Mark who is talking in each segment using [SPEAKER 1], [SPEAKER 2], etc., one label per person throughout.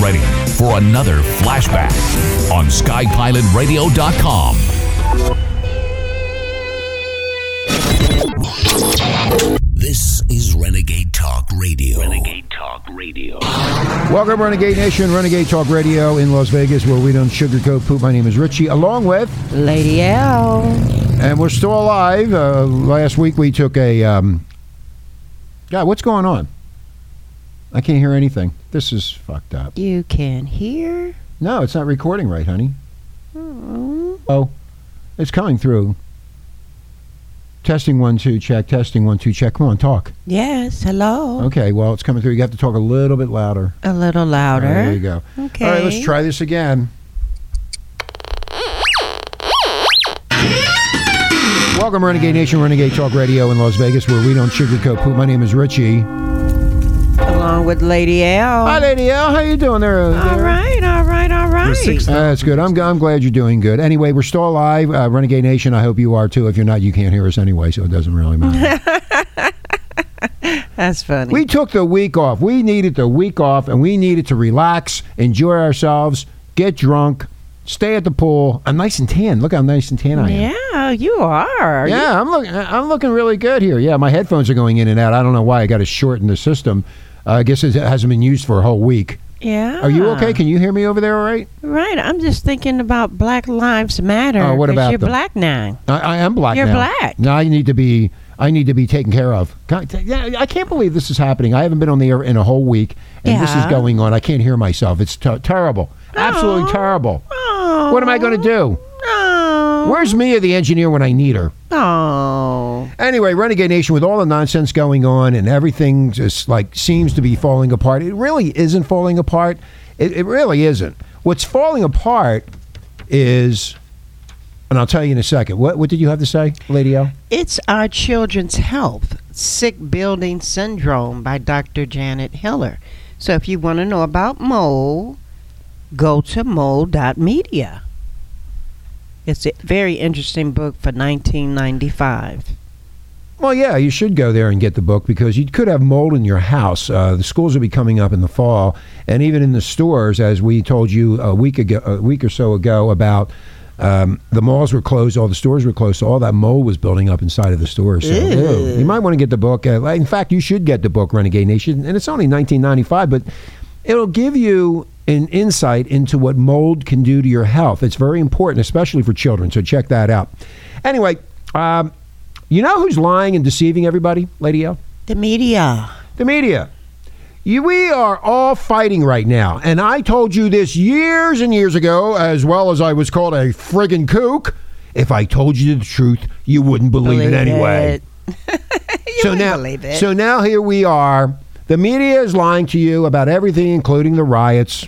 [SPEAKER 1] ready for another flashback on skypilotradio.com. This is Renegade Talk Radio. Renegade Talk Radio.
[SPEAKER 2] Welcome, Renegade Nation, Renegade Talk Radio in Las Vegas, where we don't sugarcoat poop. My name is Richie, along with,
[SPEAKER 3] Lady L.
[SPEAKER 2] and we're still alive. Uh, last week we took a. Um, God, what's going on? I can't hear anything. This is fucked up.
[SPEAKER 3] You can hear.
[SPEAKER 2] No, it's not recording right, honey.
[SPEAKER 3] Mm.
[SPEAKER 2] Oh, it's coming through. Testing one, two, check. Testing one, two, check. Come on, talk.
[SPEAKER 3] Yes, hello.
[SPEAKER 2] Okay, well, it's coming through. You have to talk a little bit louder.
[SPEAKER 3] A little louder.
[SPEAKER 2] There you go.
[SPEAKER 3] Okay.
[SPEAKER 2] All right, let's try this again. Welcome, Renegade Nation, Renegade Talk Radio in Las Vegas, where we don't sugarcoat poop. My name is Richie.
[SPEAKER 3] Along with Lady L.
[SPEAKER 2] Hi, Lady L. How you doing there?
[SPEAKER 3] all right, all right, all right.
[SPEAKER 2] Uh, that's good. I'm, I'm glad you're doing good. Anyway, we're still alive. Uh, Renegade Nation, I hope you are too. If you're not, you can't hear us anyway, so it doesn't really matter.
[SPEAKER 3] That's funny.
[SPEAKER 2] we took the week off. We needed the week off, and we needed to relax, enjoy ourselves, get drunk, stay at the pool. I'm nice and tan. Look how nice and tan I am.
[SPEAKER 3] yeah, you are. You-
[SPEAKER 2] yeah, I'm looking. I'm looking really good here. Yeah, my headphones are going in and out. I don't know why I got to shorten the system. Uh, I guess it hasn't been used for a whole week.
[SPEAKER 3] yeah.
[SPEAKER 2] Are you
[SPEAKER 3] Ah.
[SPEAKER 2] okay? Can you hear me over there? All right.
[SPEAKER 3] Right. I'm just thinking about Black Lives Matter.
[SPEAKER 2] Oh, what
[SPEAKER 3] 'cause
[SPEAKER 2] about
[SPEAKER 3] You're
[SPEAKER 2] them?
[SPEAKER 3] black now.
[SPEAKER 2] I, I am black.
[SPEAKER 3] You're
[SPEAKER 2] now.
[SPEAKER 3] black.
[SPEAKER 2] No, I need to be. I need to be taken care of. God, t- yeah, I can't believe this is happening. I haven't been on the air in a whole week, and this is
[SPEAKER 3] Yeah.
[SPEAKER 2] going on. I can't hear myself. It's ter- terrible. Absolutely
[SPEAKER 3] Aw.
[SPEAKER 2] terrible.
[SPEAKER 3] Oh.
[SPEAKER 2] What am I going to do?
[SPEAKER 3] Oh.
[SPEAKER 2] Where's Mia, the engineer, when I need her?
[SPEAKER 3] Oh.
[SPEAKER 2] Anyway, Renegade Nation, with all the nonsense going on and everything just like seems to be falling apart, it really isn't falling apart. It, it really isn't. What's falling apart is, and I'll tell you in a second. What what did you have to say, Lady L?
[SPEAKER 3] It's Our Children's Health Sick Building Syndrome by Dr. Janet Hiller. So if you want to know about mold, go to mold.media. It's a very interesting book for 1995.
[SPEAKER 2] Well, yeah, you should go there and get the book because you could have mold in your house. Uh, the schools will be coming up in the fall, and even in the stores, as we told you a week ago, a week or so ago about. Um, the malls were closed, all the stores were closed, so all that mold was building up inside of the stores. So, ew. you might want to get the book. Uh, in fact, you should get the book, Renegade Nation, and it's only 19.95, but it'll give you an insight into what mold can do to your health. It's very important, especially for children. So check that out. Anyway, um, you know who's lying and deceiving everybody, Lady L?
[SPEAKER 3] The media.
[SPEAKER 2] The media. You, we are all fighting right now. And I told you this years and years ago, as well as I was called a friggin' kook. If I told you the truth, you wouldn't believe, it anyway.
[SPEAKER 3] you
[SPEAKER 2] so
[SPEAKER 3] wouldn't
[SPEAKER 2] now,
[SPEAKER 3] believe it.
[SPEAKER 2] so now here we are. The media is lying to you about everything, including the riots.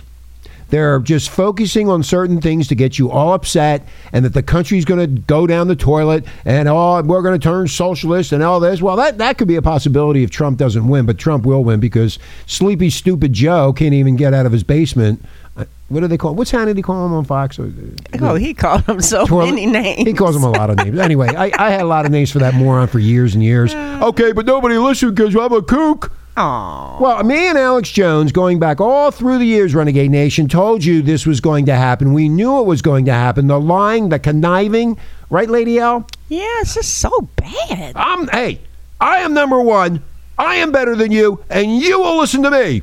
[SPEAKER 2] They're just focusing on certain things to get you all upset, and that the country's going to go down the toilet, and oh, we're going to turn socialist, and all this. Well, that that could be a possibility if Trump doesn't win, but Trump will win because sleepy, stupid Joe can't even get out of his basement. Uh, What do they call? What's Hannity call him on Fox? Uh,
[SPEAKER 3] oh, he called him so
[SPEAKER 2] Twirl-
[SPEAKER 3] many names.
[SPEAKER 2] He calls him a lot of names. Anyway, I, I had a lot of names for that moron for years and years. Okay, but nobody listened because I'm a kook.
[SPEAKER 3] Aw.
[SPEAKER 2] Well, me and Alex Jones, going back all through the years, Renegade Nation, told you this was going to happen. We knew it was going to happen. The lying, the conniving, right, Lady L?
[SPEAKER 3] Yeah, it's just so bad.
[SPEAKER 2] I'm, hey, I am number one. I am better than you, and you will listen to me.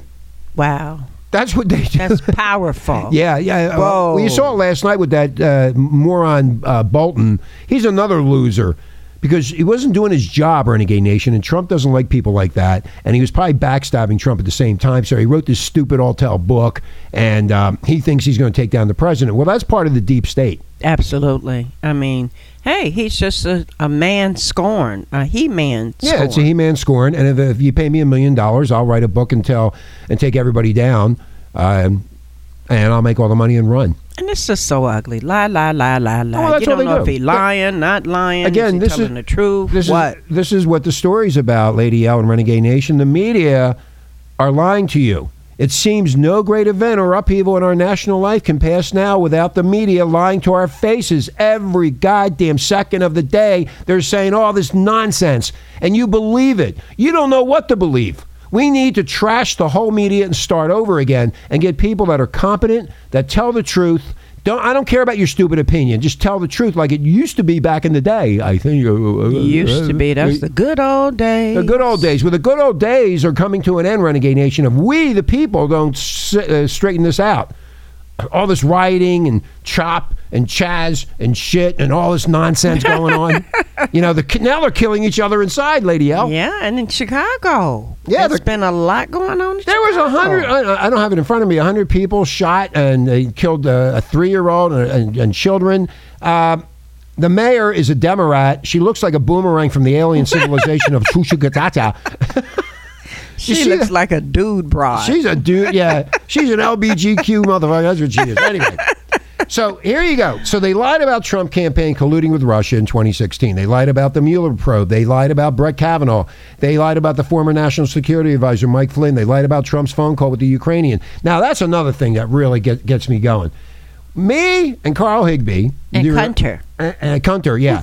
[SPEAKER 3] Wow.
[SPEAKER 2] That's what they do.
[SPEAKER 3] That's powerful.
[SPEAKER 2] Yeah, yeah. uh, Well, you saw it last night with that uh, moron uh, Bolton. He's another loser because he wasn't doing his job, Renegade Nation, and Trump doesn't like people like that. And he was probably backstabbing Trump at the same time. So he wrote this stupid all tell book, and um, he thinks he's going to take down the president. Well, that's part of the deep state.
[SPEAKER 3] Absolutely. I mean, hey, he's just a, a man scorn, a he man.
[SPEAKER 2] Yeah, it's a he-man scorn, and if, if you pay me a million dollars, I'll write a book and tell and take everybody down, um, and I'll make all the money and run.
[SPEAKER 3] and it's just so ugly. Lie, lie, lie, lie, lie.
[SPEAKER 2] Oh, that's
[SPEAKER 3] you
[SPEAKER 2] what
[SPEAKER 3] don't
[SPEAKER 2] they
[SPEAKER 3] know
[SPEAKER 2] do.
[SPEAKER 3] if he
[SPEAKER 2] But-
[SPEAKER 3] lying, not lying.
[SPEAKER 2] Again,
[SPEAKER 3] is he
[SPEAKER 2] this is-
[SPEAKER 3] telling the truth.
[SPEAKER 2] This
[SPEAKER 3] what?
[SPEAKER 2] is this is what the story's about, Lady L and Renegade Nation. The media are lying to you. It seems no great event or upheaval in our national life can pass now without the media lying to our faces every goddamn second of the day. They're saying all this nonsense, and you believe it. You don't know what to believe. We need to trash the whole media and start over again and get people that are competent, that tell the truth. Don't I don't care about your stupid opinion. Just tell the truth like it used to be back in the day. I think
[SPEAKER 3] Used to be. That's the good old days.
[SPEAKER 2] the good old days. Well, the good old days are coming to an end, Renegade Nation. If we, the people, don't s- uh, straighten this out, all this rioting and chop and chaz and shit and all this nonsense going on. you know, the, now they're killing each other inside, Lady L.
[SPEAKER 3] Yeah, and in Chicago.
[SPEAKER 2] Yeah,
[SPEAKER 3] there's
[SPEAKER 2] the-
[SPEAKER 3] been a lot going on. in
[SPEAKER 2] There was a
[SPEAKER 3] Chicago.
[SPEAKER 2] hundred. uh, I I don't have it in front of me. A hundred people shot and they killed a, a three-year-old and, and, and children. Um the mayor is a Democrat. She looks like a boomerang from the alien civilization of Chuchukatata. You
[SPEAKER 3] She
[SPEAKER 2] see
[SPEAKER 3] looks
[SPEAKER 2] that?
[SPEAKER 3] like a dude broad.
[SPEAKER 2] She's a dude. Yeah, she's an LBGQ motherfucker. That's what she is. Anyway. So here you go. So they lied about Trump campaign colluding with Russia in 2016. They lied about the Mueller probe. They lied about Brett Kavanaugh. They lied about the former national security advisor Mike Flynn. They lied about Trump's phone call with the Ukrainian. Now that's another thing that really get, gets me going. Me and Carl Higby
[SPEAKER 3] and
[SPEAKER 2] you're-
[SPEAKER 3] Hunter.
[SPEAKER 2] and, and Hunter, yeah.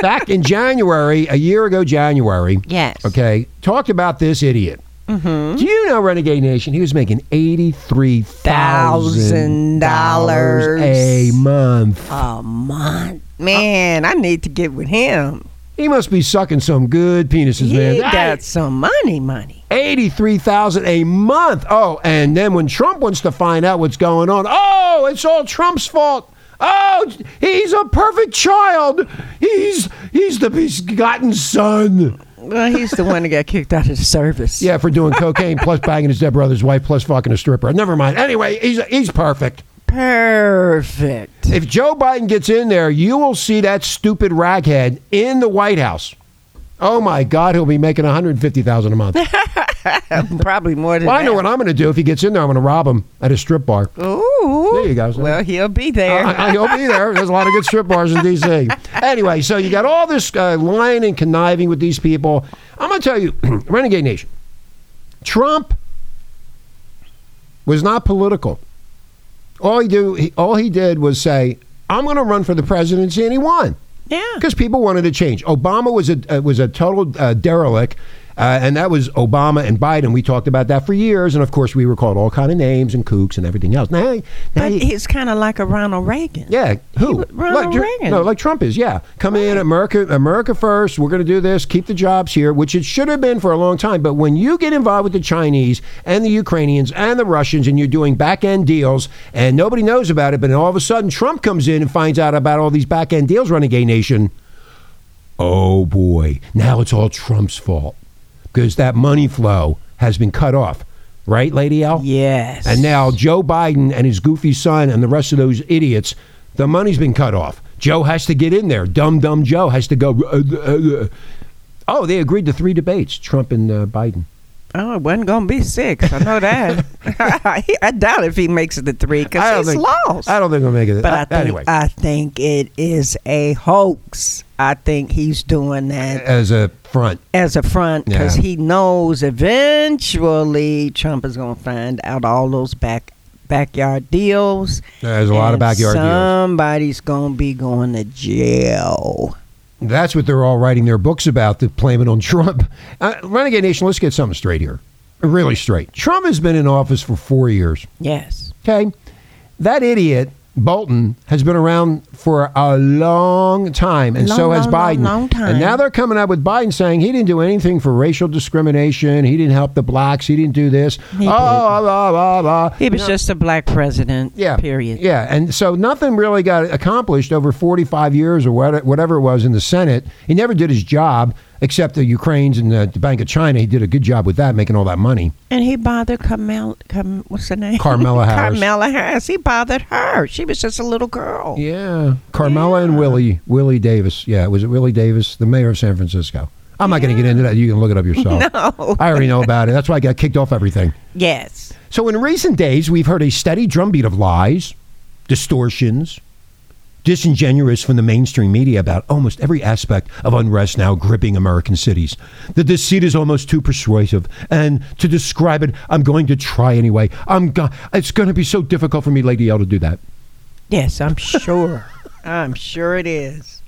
[SPEAKER 2] Back in January, a year ago, January.
[SPEAKER 3] Yes.
[SPEAKER 2] Okay, talked about this idiot. Do you know Renegade Nation? He was making eighty-three thousand dollars
[SPEAKER 3] $1,000
[SPEAKER 2] a month.
[SPEAKER 3] A month. Man, I need to get with him.
[SPEAKER 2] He must be sucking some good penises,
[SPEAKER 3] He
[SPEAKER 2] man.
[SPEAKER 3] got some money, money.
[SPEAKER 2] Eighty-three thousand a month. Oh, and then when Trump wants to find out what's going on, oh, it's all Trump's fault. Oh, he's a perfect child. He's he's the begotten son.
[SPEAKER 3] Well, he's the one that got kicked out of the service.
[SPEAKER 2] Yeah, for doing cocaine, plus banging his dead brother's wife, plus fucking a stripper. Never mind. Anyway, he's he's perfect.
[SPEAKER 3] Perfect.
[SPEAKER 2] If Joe Biden gets in there, you will see that stupid raghead in the White House. Oh my God, he'll be making one hundred fifty thousand a month.
[SPEAKER 3] Probably more than
[SPEAKER 2] Well, I
[SPEAKER 3] that.
[SPEAKER 2] know what I'm going to do if he gets in there. I'm going to rob him at a strip bar.
[SPEAKER 3] Ooh.
[SPEAKER 2] There you go, sir. Uh-huh.
[SPEAKER 3] Well, he'll be there.
[SPEAKER 2] I, I- he'll be there. There's a lot of good strip bars in D.C. Anyway, so you got all this uh, lying and conniving with these people. I'm going to tell you, Renegade Nation, Trump was not political. All he do, he, all he did was say, "I'm going to run for the presidency," and he won
[SPEAKER 3] yeah.
[SPEAKER 2] because people wanted to change. Obama was a uh, was a total uh, derelict. Uh, and that was Obama and Biden. We talked about that for years, and of course, we were called all kind of names and kooks and everything else. Now, now
[SPEAKER 3] But
[SPEAKER 2] you-
[SPEAKER 3] he's kind of like a Ronald Reagan.
[SPEAKER 2] yeah, who?
[SPEAKER 3] would- Ronald
[SPEAKER 2] Tr-
[SPEAKER 3] Reagan.
[SPEAKER 2] No, like Trump is. Yeah, come in, America, America first. We're going to do this. Keep the jobs here, which it should have been for a long time. But when you get involved with the Chinese and the Ukrainians and the Russians, and you're doing back end deals, and nobody knows about it, but then all of a sudden Trump comes in and finds out about all these back end deals, renegade nation. Oh boy, now it's all Trump's fault because that money flow has been cut off, right, Lady L?
[SPEAKER 3] Yes.
[SPEAKER 2] And now Joe Biden and his goofy son and the rest of those idiots, the money's been cut off. Joe has to get in there. Dumb, dumb Joe has to go. "Uh, uh, uh." Oh, they agreed to three debates Trump and uh, Biden.
[SPEAKER 3] Oh, it wasn't gonna be six. I know that. He- I doubt if he makes it to three
[SPEAKER 2] I don't
[SPEAKER 3] because he's
[SPEAKER 2] think-
[SPEAKER 3] lost.
[SPEAKER 2] I don't think we'll make it.
[SPEAKER 3] but
[SPEAKER 2] Uh,
[SPEAKER 3] I think
[SPEAKER 2] anyway,
[SPEAKER 3] I think it is a hoax. I think he's doing that
[SPEAKER 2] as a front.
[SPEAKER 3] as a front because
[SPEAKER 2] Yeah.
[SPEAKER 3] he knows eventually Trump is gonna find out all those back backyard deals.
[SPEAKER 2] There's a lot of
[SPEAKER 3] and
[SPEAKER 2] backyard deals.
[SPEAKER 3] Somebody's gonna be going to jail.
[SPEAKER 2] That's what they're all writing their books about, to blame it on Trump. Uh, Renegade Nation, let's get something straight here. Really straight. Trump has been in office for four years.
[SPEAKER 3] Yes.
[SPEAKER 2] Okay. That idiot, Bolton, has been around for a long time, and
[SPEAKER 3] Long,
[SPEAKER 2] so has
[SPEAKER 3] long,
[SPEAKER 2] Biden.
[SPEAKER 3] long, long time.
[SPEAKER 2] And now they're coming out with Biden saying he didn't do anything for racial discrimination. He didn't help the blacks. He didn't do this.
[SPEAKER 3] He
[SPEAKER 2] oh, blah, blah, blah.
[SPEAKER 3] He was just a black president.
[SPEAKER 2] Yeah.
[SPEAKER 3] Period.
[SPEAKER 2] Yeah. And so nothing really got accomplished over 45 years or what- whatever it was in the Senate. He never did his job, except the Ukraine's and the Bank of China. He did a good job with that, making all that money.
[SPEAKER 3] And he bothered Carmel, Carm, what's her name?
[SPEAKER 2] Carmela Harris.
[SPEAKER 3] Carmela Harris. He bothered her. She was just a little girl.
[SPEAKER 2] Yeah, Carmela and Willie Willie Davis. Yeah, was it Willie Davis, the mayor of San Francisco? I'm not going to get into that. You can look it up yourself.
[SPEAKER 3] No.
[SPEAKER 2] I already know about it. That's why I got kicked off everything.
[SPEAKER 3] Yes.
[SPEAKER 2] So in recent days, we've heard a steady drumbeat of lies, distortions, disingenuous from the mainstream media about almost every aspect of unrest now gripping American cities. The deceit is almost too persuasive, and to describe it, I'm going to try anyway. I'm go- it's going to be so difficult for me, Lady L, to do that.
[SPEAKER 3] Yes, I'm sure. I'm sure it is.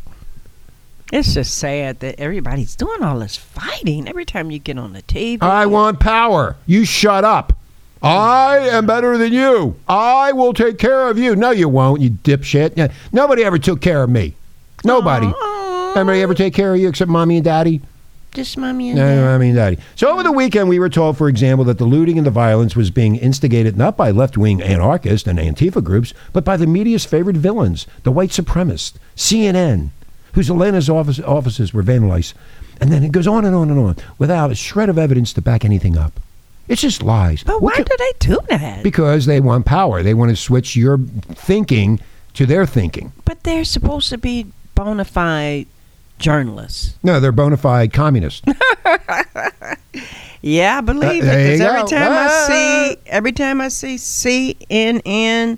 [SPEAKER 3] It's just sad that everybody's doing all this fighting every time you get on the TV.
[SPEAKER 2] I want power. You shut up. I am better than you. I will take care of you. No, you won't, you dipshit. Yeah, Nobody ever took care of me. Nobody.
[SPEAKER 3] Aw.
[SPEAKER 2] Anybody ever take care of you except mommy and daddy?
[SPEAKER 3] Just mommy and
[SPEAKER 2] No,
[SPEAKER 3] daddy.
[SPEAKER 2] no, I mean daddy. So over the weekend, we were told, for example, that the looting and the violence was being instigated not by left-wing anarchist and Antifa groups, but by the media's favorite villains, the white supremacists, CNN, whose Elena's office, offices were vandalized. And then it goes on and on and on without a shred of evidence to back anything up. It's just lies.
[SPEAKER 3] But
[SPEAKER 2] What can-
[SPEAKER 3] why do they do that?
[SPEAKER 2] because they want power. They want to switch your thinking to their thinking.
[SPEAKER 3] but they're supposed to be bona fide journalists.
[SPEAKER 2] No, they're bona fide communists.
[SPEAKER 3] Yeah, I believe
[SPEAKER 2] Uh,
[SPEAKER 3] it.
[SPEAKER 2] there
[SPEAKER 3] 'cause
[SPEAKER 2] you
[SPEAKER 3] every
[SPEAKER 2] go.
[SPEAKER 3] time
[SPEAKER 2] Ah.
[SPEAKER 3] I see, every time I see CNN,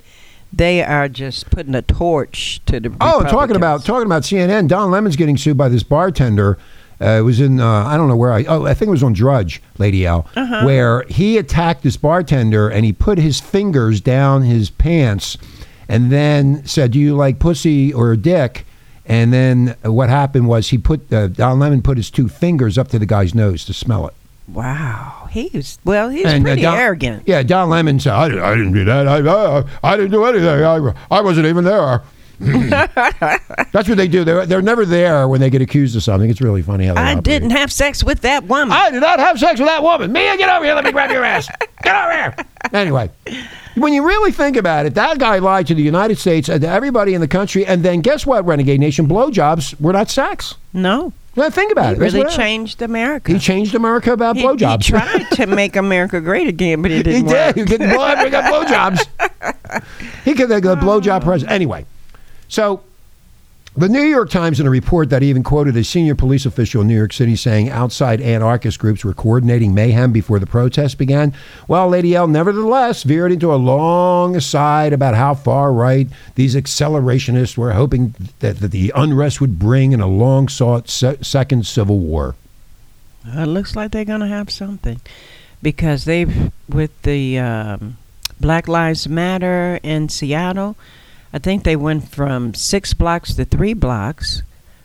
[SPEAKER 3] they are just putting a torch to the.
[SPEAKER 2] Oh, talking about talking about CNN. Don Lemon's getting sued by this bartender. Uh, it was in uh, I don't know where I oh I think it was on Drudge, Lady L, where he attacked this bartender and he put his fingers down his pants, and then said, "Do you like pussy or dick?" And then what happened was he put uh, Don Lemon put his two fingers up to the guy's nose to smell it.
[SPEAKER 3] Wow, he was well. He's
[SPEAKER 2] And, uh,
[SPEAKER 3] pretty
[SPEAKER 2] Don-
[SPEAKER 3] arrogant.
[SPEAKER 2] Yeah, Don Lemon said, "I, I didn't do that. I, I, I didn't do anything. I, I wasn't even there." That's what they do. They're, they're never there when they get accused of something. It's really funny how they
[SPEAKER 3] I
[SPEAKER 2] operate.
[SPEAKER 3] didn't have sex with that woman.
[SPEAKER 2] I did not have sex with that woman. Mia, get over here. Let me grab your ass. Get over here. Anyway, when you really think about it, that guy lied to the United States and to everybody in the country. And then guess what, Renegade Nation? Blowjobs were not sex.
[SPEAKER 3] no,
[SPEAKER 2] Now think about
[SPEAKER 3] he
[SPEAKER 2] it. That's
[SPEAKER 3] really
[SPEAKER 2] what happened.
[SPEAKER 3] changed America.
[SPEAKER 2] He changed America about
[SPEAKER 3] He-
[SPEAKER 2] blowjobs.
[SPEAKER 3] He tried to make America great again, but it
[SPEAKER 2] He
[SPEAKER 3] didn't
[SPEAKER 2] did.
[SPEAKER 3] work.
[SPEAKER 2] He didn't blow up. He got blowjobs. He could have got a blowjob president. Anyway, so the New York Times, in a report that even quoted a senior police official in New York City saying outside anarchist groups were coordinating mayhem before the protests began. Well, Lady L, nevertheless, veered into a long aside about how far right these accelerationists were hoping that, that the unrest would bring in a long sought se- second civil war.
[SPEAKER 3] Uh, It looks like they're gonna have something because they've with the um, Black Lives Matter in Seattle. I think they went from six blocks to three blocks.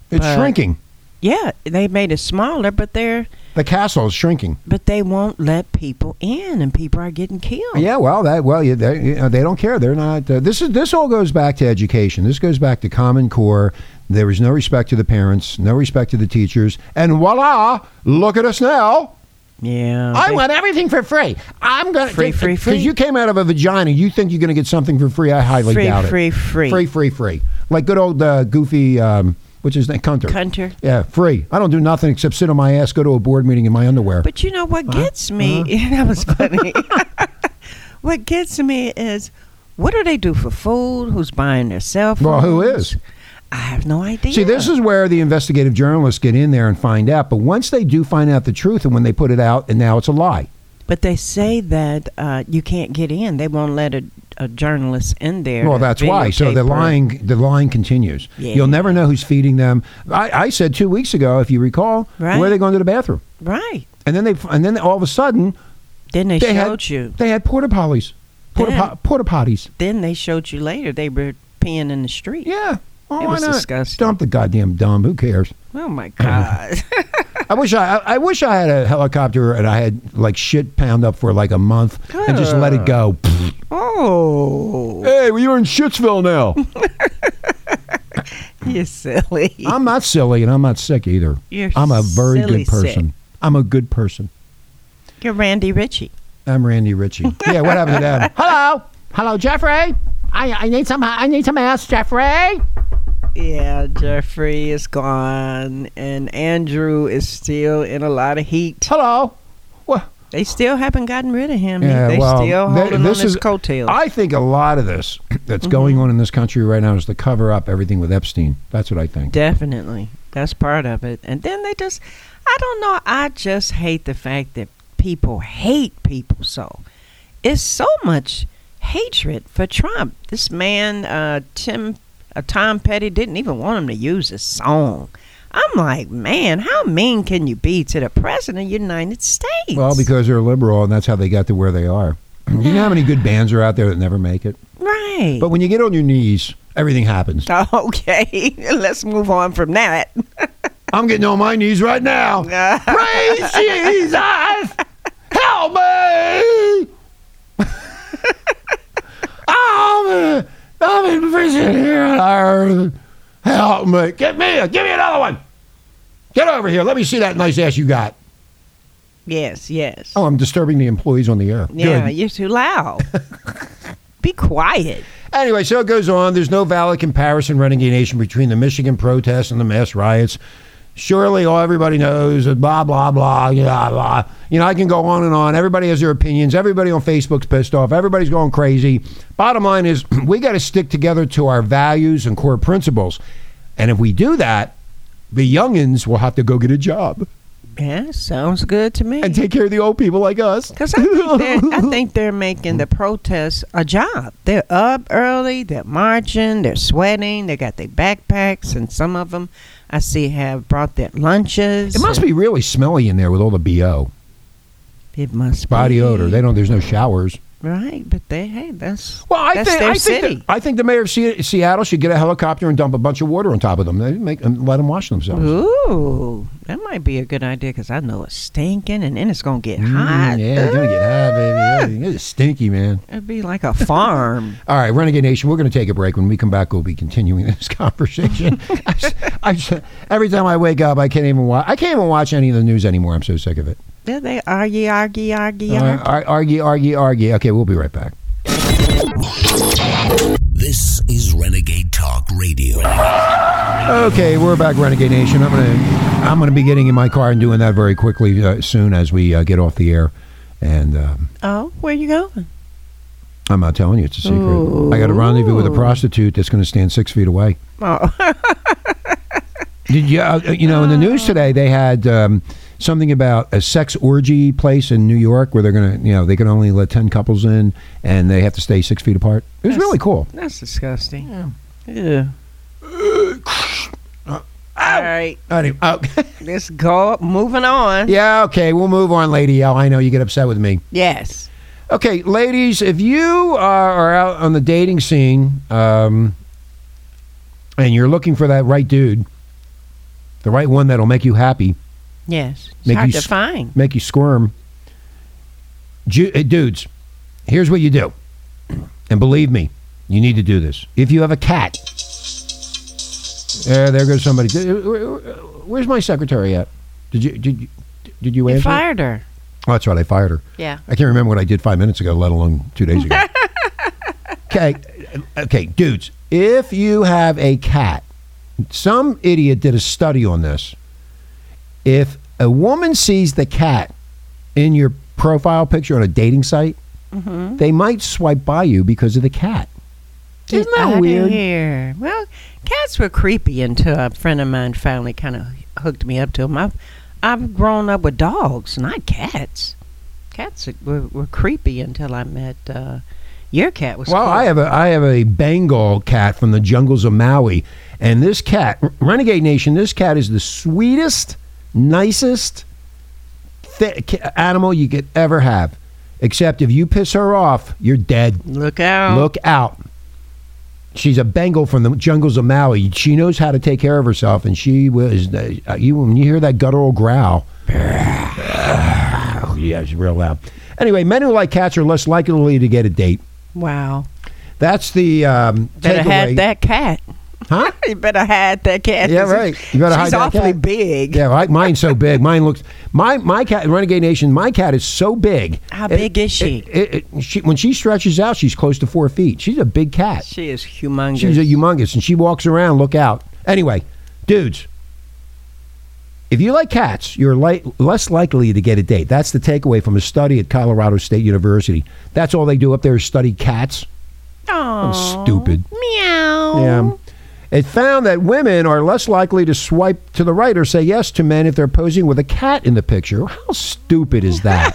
[SPEAKER 2] It's
[SPEAKER 3] But-
[SPEAKER 2] shrinking.
[SPEAKER 3] Yeah, they made it smaller, but they're
[SPEAKER 2] The castle is shrinking.
[SPEAKER 3] but they won't let people in, and people are getting killed.
[SPEAKER 2] Yeah, well, that well, you, they, you know, they don't care. They're not. Uh, this is this all goes back to education. This goes back to Common Core. There was no respect to the parents, no respect to the teachers, and voila! Look at us now.
[SPEAKER 3] yeah.
[SPEAKER 2] I
[SPEAKER 3] they-
[SPEAKER 2] want everything for free. I'm gonna
[SPEAKER 3] Free, free, free.
[SPEAKER 2] Because you came out of a vagina, you think you're gonna get something for free? I highly
[SPEAKER 3] Free,
[SPEAKER 2] doubt
[SPEAKER 3] free,
[SPEAKER 2] it.
[SPEAKER 3] free.
[SPEAKER 2] free, free, free. Like good old uh, goofy, um, which is that Cunter.
[SPEAKER 3] Cunter.
[SPEAKER 2] Yeah, free. I don't do nothing except sit on my ass, go to a board meeting in my underwear.
[SPEAKER 3] But you know what gets me? that was funny. what gets me is what do they do for food? Who's buying their cell phones?
[SPEAKER 2] Well, who is?
[SPEAKER 3] I have no idea.
[SPEAKER 2] See, this is where the investigative journalists get in there and find out. But once they do find out the truth, and when they put it out, and now it's a lie.
[SPEAKER 3] But they say that uh, you can't get in. They won't let a, a journalist in there.
[SPEAKER 2] Well,
[SPEAKER 3] to
[SPEAKER 2] that's why. So
[SPEAKER 3] videotape
[SPEAKER 2] the
[SPEAKER 3] her.
[SPEAKER 2] lying, the lying continues.
[SPEAKER 3] Yeah.
[SPEAKER 2] You'll never know who's feeding them. I, I said two weeks ago, if you recall,
[SPEAKER 3] Right.
[SPEAKER 2] where are they going to the bathroom?
[SPEAKER 3] Right.
[SPEAKER 2] And then they, and then all of a sudden,
[SPEAKER 3] Then they,
[SPEAKER 2] they
[SPEAKER 3] showed
[SPEAKER 2] had
[SPEAKER 3] you.
[SPEAKER 2] they had porta potties, porta
[SPEAKER 3] Yeah.
[SPEAKER 2] po- porta potties.
[SPEAKER 3] Then they showed you later they were peeing in the street.
[SPEAKER 2] Yeah. Oh,
[SPEAKER 3] It
[SPEAKER 2] why
[SPEAKER 3] was
[SPEAKER 2] not?
[SPEAKER 3] disgusting.
[SPEAKER 2] Dump the goddamn dumb. Who cares?
[SPEAKER 3] Oh my God.
[SPEAKER 2] I wish I, I I wish I had a helicopter and I had like shit pound up for like a month and just let it go.
[SPEAKER 3] oh,
[SPEAKER 2] Hey, well, you're in Shitsville now.
[SPEAKER 3] you're silly.
[SPEAKER 2] I'm not silly and I'm not sick either.
[SPEAKER 3] You're
[SPEAKER 2] I'm a very
[SPEAKER 3] silly
[SPEAKER 2] good person. I'm a good person.
[SPEAKER 3] You're Randy Ritchie.
[SPEAKER 2] I'm Randy Ritchie. Yeah, what happened to that? Hello, hello, Jeffrey. I, I need some I need some ass, Jeffrey.
[SPEAKER 3] Yeah, Jeffrey is gone, and Andrew is still in a lot of heat.
[SPEAKER 2] Hello. Well,
[SPEAKER 3] They still haven't gotten rid of him.
[SPEAKER 2] yeah,
[SPEAKER 3] they
[SPEAKER 2] well,
[SPEAKER 3] still
[SPEAKER 2] th-
[SPEAKER 3] holding
[SPEAKER 2] this
[SPEAKER 3] on his
[SPEAKER 2] is-
[SPEAKER 3] coattails.
[SPEAKER 2] I think a lot of this that's going on in this country right now is to cover up everything with Epstein. That's what I think.
[SPEAKER 3] Definitely. That's part of it. And then they just, I don't know, I just hate the fact that people hate people so. It's so much hatred for Trump. This man, uh, Tim, uh, Tom Petty, didn't even want him to use his song. I'm like, man, how mean can you be to the president of the United States?
[SPEAKER 2] Well, because they're liberal and that's how they got to where they are. You know how many good bands are out there that never make it?
[SPEAKER 3] right.
[SPEAKER 2] But when you get on your knees, everything happens.
[SPEAKER 3] okay, let's move on from that.
[SPEAKER 2] I'm getting on my knees right now. Praise Jesus! Help me! I'm, I'm in prison here on earth. Help me! Get me! a- Give me another one! Get over here! Let me see that nice ass you got.
[SPEAKER 3] Yes, yes.
[SPEAKER 2] Oh, I'm disturbing the employees on the air.
[SPEAKER 3] yeah,
[SPEAKER 2] Good.
[SPEAKER 3] you're too loud. Be quiet.
[SPEAKER 2] Anyway, so it goes on. There's no valid comparison, Renegade Nation, between the Michigan protests and the mass riots. Surely, all everybody knows that blah blah blah blah blah. You know, I can go on and on. Everybody has their opinions. Everybody on Facebook's pissed off. Everybody's going crazy. Bottom line is, we got to stick together to our values and core principles. And if we do that, the youngins will have to go get a job
[SPEAKER 3] Yeah, sounds good to me.
[SPEAKER 2] and take care of the old people like us.
[SPEAKER 3] Because I, think they're- I think they're making the protests a job. They're up early, they're marching, they're sweating, they got their backpacks, and some of them I see have brought their lunches.
[SPEAKER 2] it must be really smelly in there with all the bo
[SPEAKER 3] It must
[SPEAKER 2] body
[SPEAKER 3] be.
[SPEAKER 2] odor. They don't. There's no showers.
[SPEAKER 3] Right, but they, hey, that's.
[SPEAKER 2] Well, I
[SPEAKER 3] That's
[SPEAKER 2] think
[SPEAKER 3] their
[SPEAKER 2] I think,
[SPEAKER 3] city.
[SPEAKER 2] The, I think the mayor of Se- Seattle should get a helicopter and dump a bunch of water on top of them. They make and let them wash themselves.
[SPEAKER 3] Ooh, that might be a good idea because I know it's stinking and then it's going to get
[SPEAKER 2] Mm,
[SPEAKER 3] hot.
[SPEAKER 2] yeah, it's gonna get hot, baby. Yeah, it's stinky, man.
[SPEAKER 3] It'd be like a farm.
[SPEAKER 2] All right, Renegade Nation, we're going to take a break. When we come back, we'll be continuing this conversation. I s- I s- every time I wake up, I can't even watch. I can't even watch any of the news anymore. I'm so sick of it.
[SPEAKER 3] yeah, they argue, argue, argue,
[SPEAKER 2] All right,
[SPEAKER 3] argue.
[SPEAKER 2] all right, argue, argue, argue. Okay, we'll be right back.
[SPEAKER 1] This is Renegade Talk Radio.
[SPEAKER 2] Okay, we're back, Renegade Nation. I'm gonna, I'm gonna be getting in my car and doing that very quickly uh, soon as we uh, get off the air, and. Um,
[SPEAKER 3] Oh, where you going?
[SPEAKER 2] I'm not telling you. It's a secret. I got a rendezvous with a prostitute that's going to stand six feet away.
[SPEAKER 3] Oh,
[SPEAKER 2] Did you, uh, you know, in the news today, they had um, something about a sex orgy place in New York where they're going to, you know, they can only let 10 couples in and they have to stay six feet apart. It was
[SPEAKER 3] Yes.
[SPEAKER 2] really cool.
[SPEAKER 3] that's disgusting. Yeah. All right,
[SPEAKER 2] Anyway, oh,
[SPEAKER 3] let's go. Moving on.
[SPEAKER 2] yeah, okay. We'll move on, Lady L. I know you get upset with me.
[SPEAKER 3] Yes.
[SPEAKER 2] Okay, ladies, if you are, are out on the dating scene um, and you're looking for that right dude, the right one that'll make you happy,
[SPEAKER 3] Yes. It's
[SPEAKER 2] Make
[SPEAKER 3] hard
[SPEAKER 2] you
[SPEAKER 3] to
[SPEAKER 2] s-
[SPEAKER 3] find.
[SPEAKER 2] make you squirm. Ju- uh, dudes, here's what you do. And believe me, you need to do this. If you have a cat, eh, there, there goes somebody. Did- uh, where- Where's my secretary at? Did you did you, did you
[SPEAKER 3] You
[SPEAKER 2] answer?
[SPEAKER 3] fired her.
[SPEAKER 2] Oh, that's right. I fired her.
[SPEAKER 3] Yeah.
[SPEAKER 2] I can't remember what I did five minutes ago, let alone two days ago. okay, okay, dudes. If you have a cat, some idiot did a study on this. If a woman sees the cat in your profile picture on a dating site, they might swipe by you because of the cat. Isn't that
[SPEAKER 3] Outta
[SPEAKER 2] weird?
[SPEAKER 3] Here. Well, cats were creepy until a friend of mine finally kind of hooked me up to them. I've, I've grown up with dogs, not cats. Cats were, were creepy until I met uh, your cat. Was
[SPEAKER 2] Well,
[SPEAKER 3] cool.
[SPEAKER 2] I have a I have a Bengal cat from the jungles of Maui, and this cat, Renegade Nation, this cat is the sweetest, nicest th- ca- animal you could ever have. Except if you piss her off, you're dead.
[SPEAKER 3] look out.
[SPEAKER 2] Look out. She's a Bengal from the jungles of Maui. She knows how to take care of herself, and she was. Uh, you when you hear that guttural growl, yeah, it's real loud. Anyway, men who like cats are less likely to get a date.
[SPEAKER 3] Wow.
[SPEAKER 2] That's the um,
[SPEAKER 3] Better
[SPEAKER 2] takeaway.
[SPEAKER 3] had that cat.
[SPEAKER 2] Huh?
[SPEAKER 3] you better hide that cat.
[SPEAKER 2] Yeah,
[SPEAKER 3] 'cause
[SPEAKER 2] right.
[SPEAKER 3] it's-
[SPEAKER 2] You better
[SPEAKER 3] she's
[SPEAKER 2] hide that
[SPEAKER 3] awfully
[SPEAKER 2] cat.
[SPEAKER 3] big.
[SPEAKER 2] Yeah, like mine's so big. Mine looks my my cat Renegade Nation. My cat is so big.
[SPEAKER 3] How
[SPEAKER 2] It-
[SPEAKER 3] big is she?
[SPEAKER 2] It, it, it, she? When she stretches out, she's close to four feet. She's a big cat.
[SPEAKER 3] She is humongous.
[SPEAKER 2] She's a humongous, and she walks around. Look out! Anyway, dudes, if you like cats, you're li- less likely to get a date. That's the takeaway from a study at Colorado State University. That's all they do up there is study cats.
[SPEAKER 3] Aw.
[SPEAKER 2] stupid.
[SPEAKER 3] Meow.
[SPEAKER 2] Yeah. It found that women are less likely to swipe to the right or say yes to men if they're posing with a cat in the picture. How stupid is that?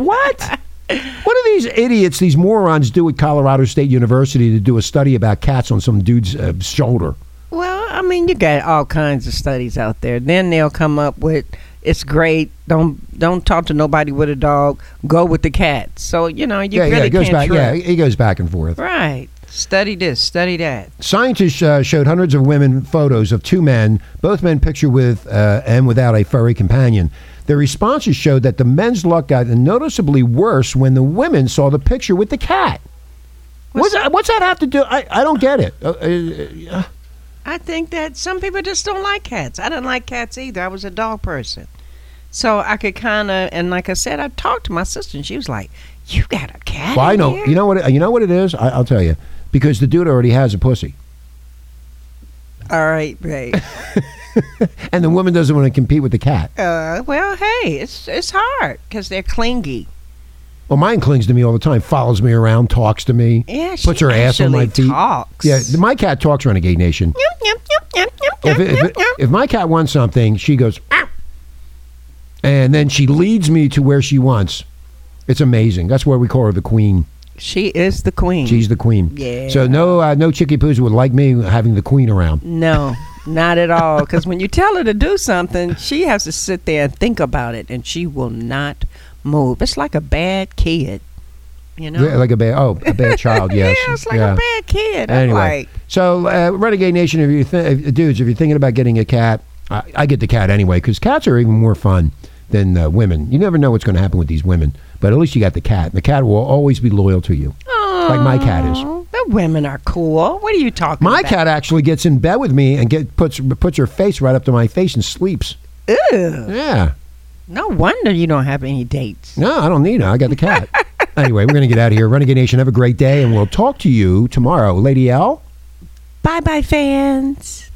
[SPEAKER 2] what? What do these idiots, these morons, do at Colorado State University to do a study about cats on some dude's uh, shoulder?
[SPEAKER 3] Well, I mean, you got all kinds of studies out there. Then they'll come up with It's great. Don't don't talk to nobody with a dog. Go with the cat. So you know you
[SPEAKER 2] yeah,
[SPEAKER 3] really
[SPEAKER 2] yeah, it goes
[SPEAKER 3] can't
[SPEAKER 2] back.
[SPEAKER 3] trip.
[SPEAKER 2] Yeah, it goes back and forth.
[SPEAKER 3] Right. Study this. Study that.
[SPEAKER 2] Scientists uh, showed hundreds of women photos of two men, both men pictured with uh, and without a furry companion. Their responses showed that the men's luck got noticeably worse when the women saw the picture with the cat. What's, that? what's that have to do? I, I don't get it. Uh, uh, uh,
[SPEAKER 3] I think that some people just don't like cats. I didn't like cats either. I was a dog person. So I could kind of, and like I said, I talked to my sister and she was like, You got a cat?
[SPEAKER 2] well, I
[SPEAKER 3] in
[SPEAKER 2] know.
[SPEAKER 3] here?"
[SPEAKER 2] You know what? It, you know what it is. I, I'll tell you, because the dude already has a pussy,
[SPEAKER 3] All right, babe.
[SPEAKER 2] and the woman doesn't want to compete with the cat.
[SPEAKER 3] uh, well, hey, it's it's hard because they're clingy.
[SPEAKER 2] Well, mine clings to me all the time, follows me around, talks to me.
[SPEAKER 3] Yeah, she
[SPEAKER 2] Puts her ass on my
[SPEAKER 3] actually
[SPEAKER 2] feet.
[SPEAKER 3] Talks.
[SPEAKER 2] Yeah, my cat talks, Renegade Nation.
[SPEAKER 3] Yum, yum, yum, yum, yum,
[SPEAKER 2] if,
[SPEAKER 3] yum,
[SPEAKER 2] if,
[SPEAKER 3] yum, yum.
[SPEAKER 2] if my cat wants something, she goes, "Ow." and then she leads me to where she wants. It's amazing. That's why we call her the queen.
[SPEAKER 3] She is the queen.
[SPEAKER 2] She's the queen.
[SPEAKER 3] Yeah.
[SPEAKER 2] So no, uh, no chickie poos would like me having the queen around.
[SPEAKER 3] No, not at all. Because when you tell her to do something, she has to sit there and think about it, and she will not move. It's like a bad kid, you know.
[SPEAKER 2] Yeah, like a bad, oh, a bad child. Yes.
[SPEAKER 3] Yeah, it's like
[SPEAKER 2] Yeah.
[SPEAKER 3] a bad kid.
[SPEAKER 2] Anyway.
[SPEAKER 3] I'm like,
[SPEAKER 2] So, uh, Renegade Nation, if you th- if, dudes, if you're thinking about getting a cat, I, I get the cat anyway because cats are even more fun than uh, women. You never know what's going to happen with these women, but at least you got the cat. The cat will always be loyal to you. Like my cat is.
[SPEAKER 3] "Aw, The women are cool. What are you talking
[SPEAKER 2] My
[SPEAKER 3] about?
[SPEAKER 2] cat actually gets in bed with me and get puts puts her face right up to my face and sleeps.
[SPEAKER 3] Ew.
[SPEAKER 2] Yeah.
[SPEAKER 3] No wonder you don't have any dates.
[SPEAKER 2] No, I don't need her. I got the cat. anyway, we're gonna get out of here. Renegade Nation, have a great day, and we'll talk to you tomorrow, Lady L.
[SPEAKER 3] Bye bye, fans.